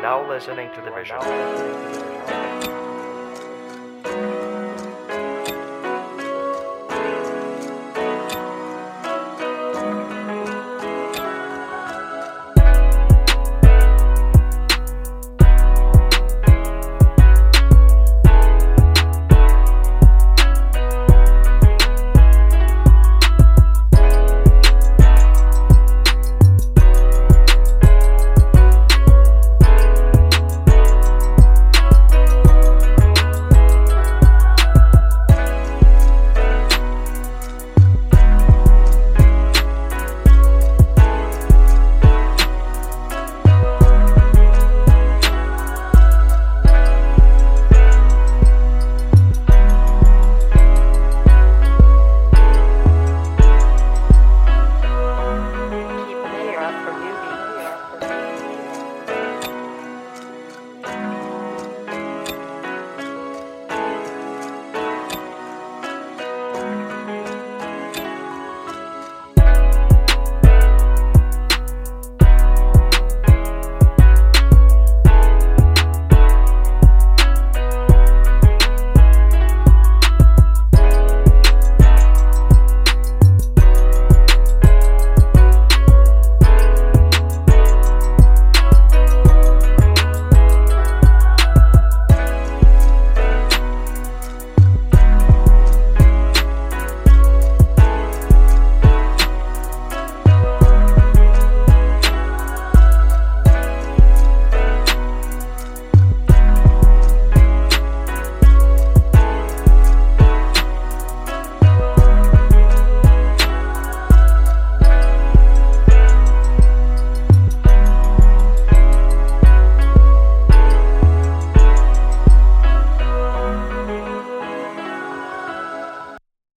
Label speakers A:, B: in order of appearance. A: now listening to The Vision.